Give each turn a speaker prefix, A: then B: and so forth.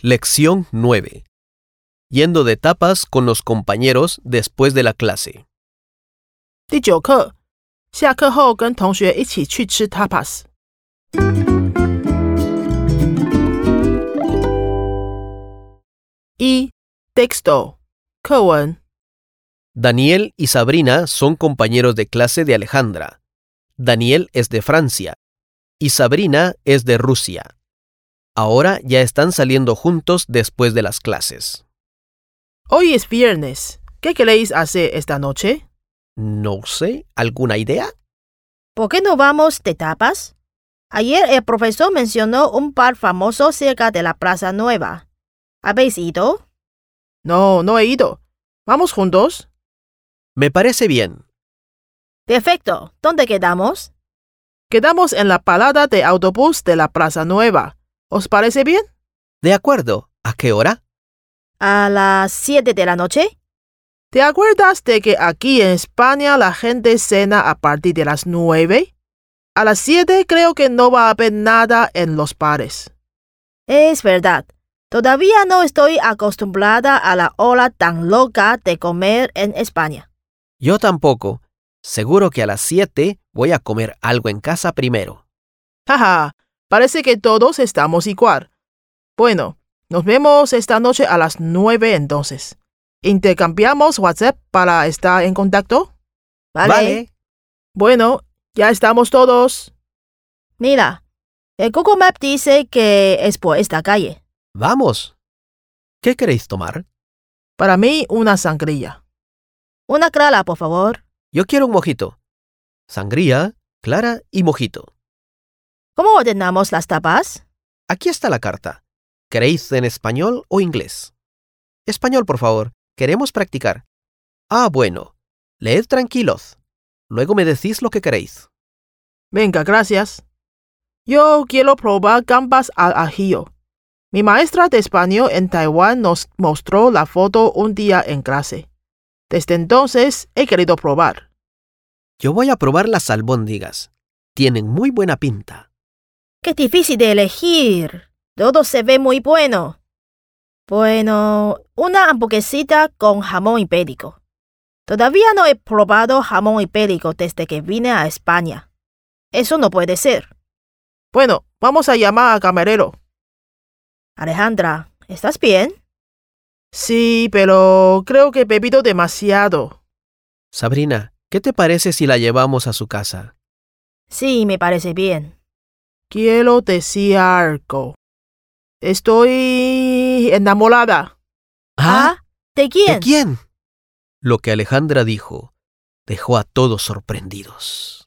A: Lección 9. Yendo de tapas con los compañeros después de la clase.
B: 第九课，下课后跟同学一起去吃 tapas。一 texto 课文，
A: Daniel y Sabrina son compañeros de clase de Alejandra. Daniel es de Francia y Sabrina es de Rusia. Ahora ya están saliendo juntos después de las clases.
B: hoy es viernes. ¿Qué queréis hacer esta noche?
A: No sé, ¿alguna idea?
C: ¿Por qué no vamos de tapas? Ayer el profesor mencionó un bar famoso cerca de la Plaza Nueva. ¿Habéis ido?
B: No, no he ido. Vamos juntos.
A: Me parece bien.
C: Perfecto. ¿Dónde quedamos?
B: Quedamos en la parada de autobús de la Plaza Nueva. ¿Os parece bien?
A: De acuerdo. ¿A qué hora?
C: ¿A las 7 de la noche?
B: ¿Te acuerdas de que aquí en España la gente cena a partir de las nueve? A las siete creo que no va a haber nada en los bares.
C: Es verdad. Todavía no estoy acostumbrada a la hora tan loca de comer en España.
A: Yo tampoco. Seguro que a las 7 voy a comer algo en casa primero.
B: Jaja, parece que todos estamos igual. Bueno, nos vemos esta noche a las nueve entonces. ¿Intercambiamos WhatsApp para estar en contacto? Bueno, ya estamos todos.
C: Mira, el Google Map dice que es por esta calle.
A: Vamos. ¿Qué queréis tomar?
B: Para mí, una sangría.
C: Una clara, por favor.
A: Yo quiero un mojito. Sangría, clara y mojito.
C: ¿Cómo ordenamos las tapas?
A: Aquí está la carta. ¿Queréis en español o inglés? Español, por favor. Queremos practicar. Ah, bueno. Leed tranquilos. Luego me decís lo que queréis.
B: Venga, gracias. Yo quiero probar gambas al ajillo. Mi maestra de español en Taiwán nos mostró la foto un día en clase. Desde entonces he querido probar.
A: Yo voy a probar las albóndigas. Tienen muy buena pinta.
C: Qué difícil de elegir. Todo se ve muy bueno. Bueno, una hamburguesita con jamón ibérico. Todavía no he probado jamón ibérico desde que vine a España. Eso no puede ser.
B: Bueno, vamos a llamar a camarero.
C: Alejandra, ¿estás bien?
B: Sí, pero creo que he bebido demasiado.
A: Sabrina, ¿qué te parece si la llevamos a su casa?
C: Sí, me parece bien.
B: Quiero decir algo. Estoy enamorada.
C: Ah, ¿De quién?
A: quién? Lo que Alejandra dijo dejó a todos sorprendidos.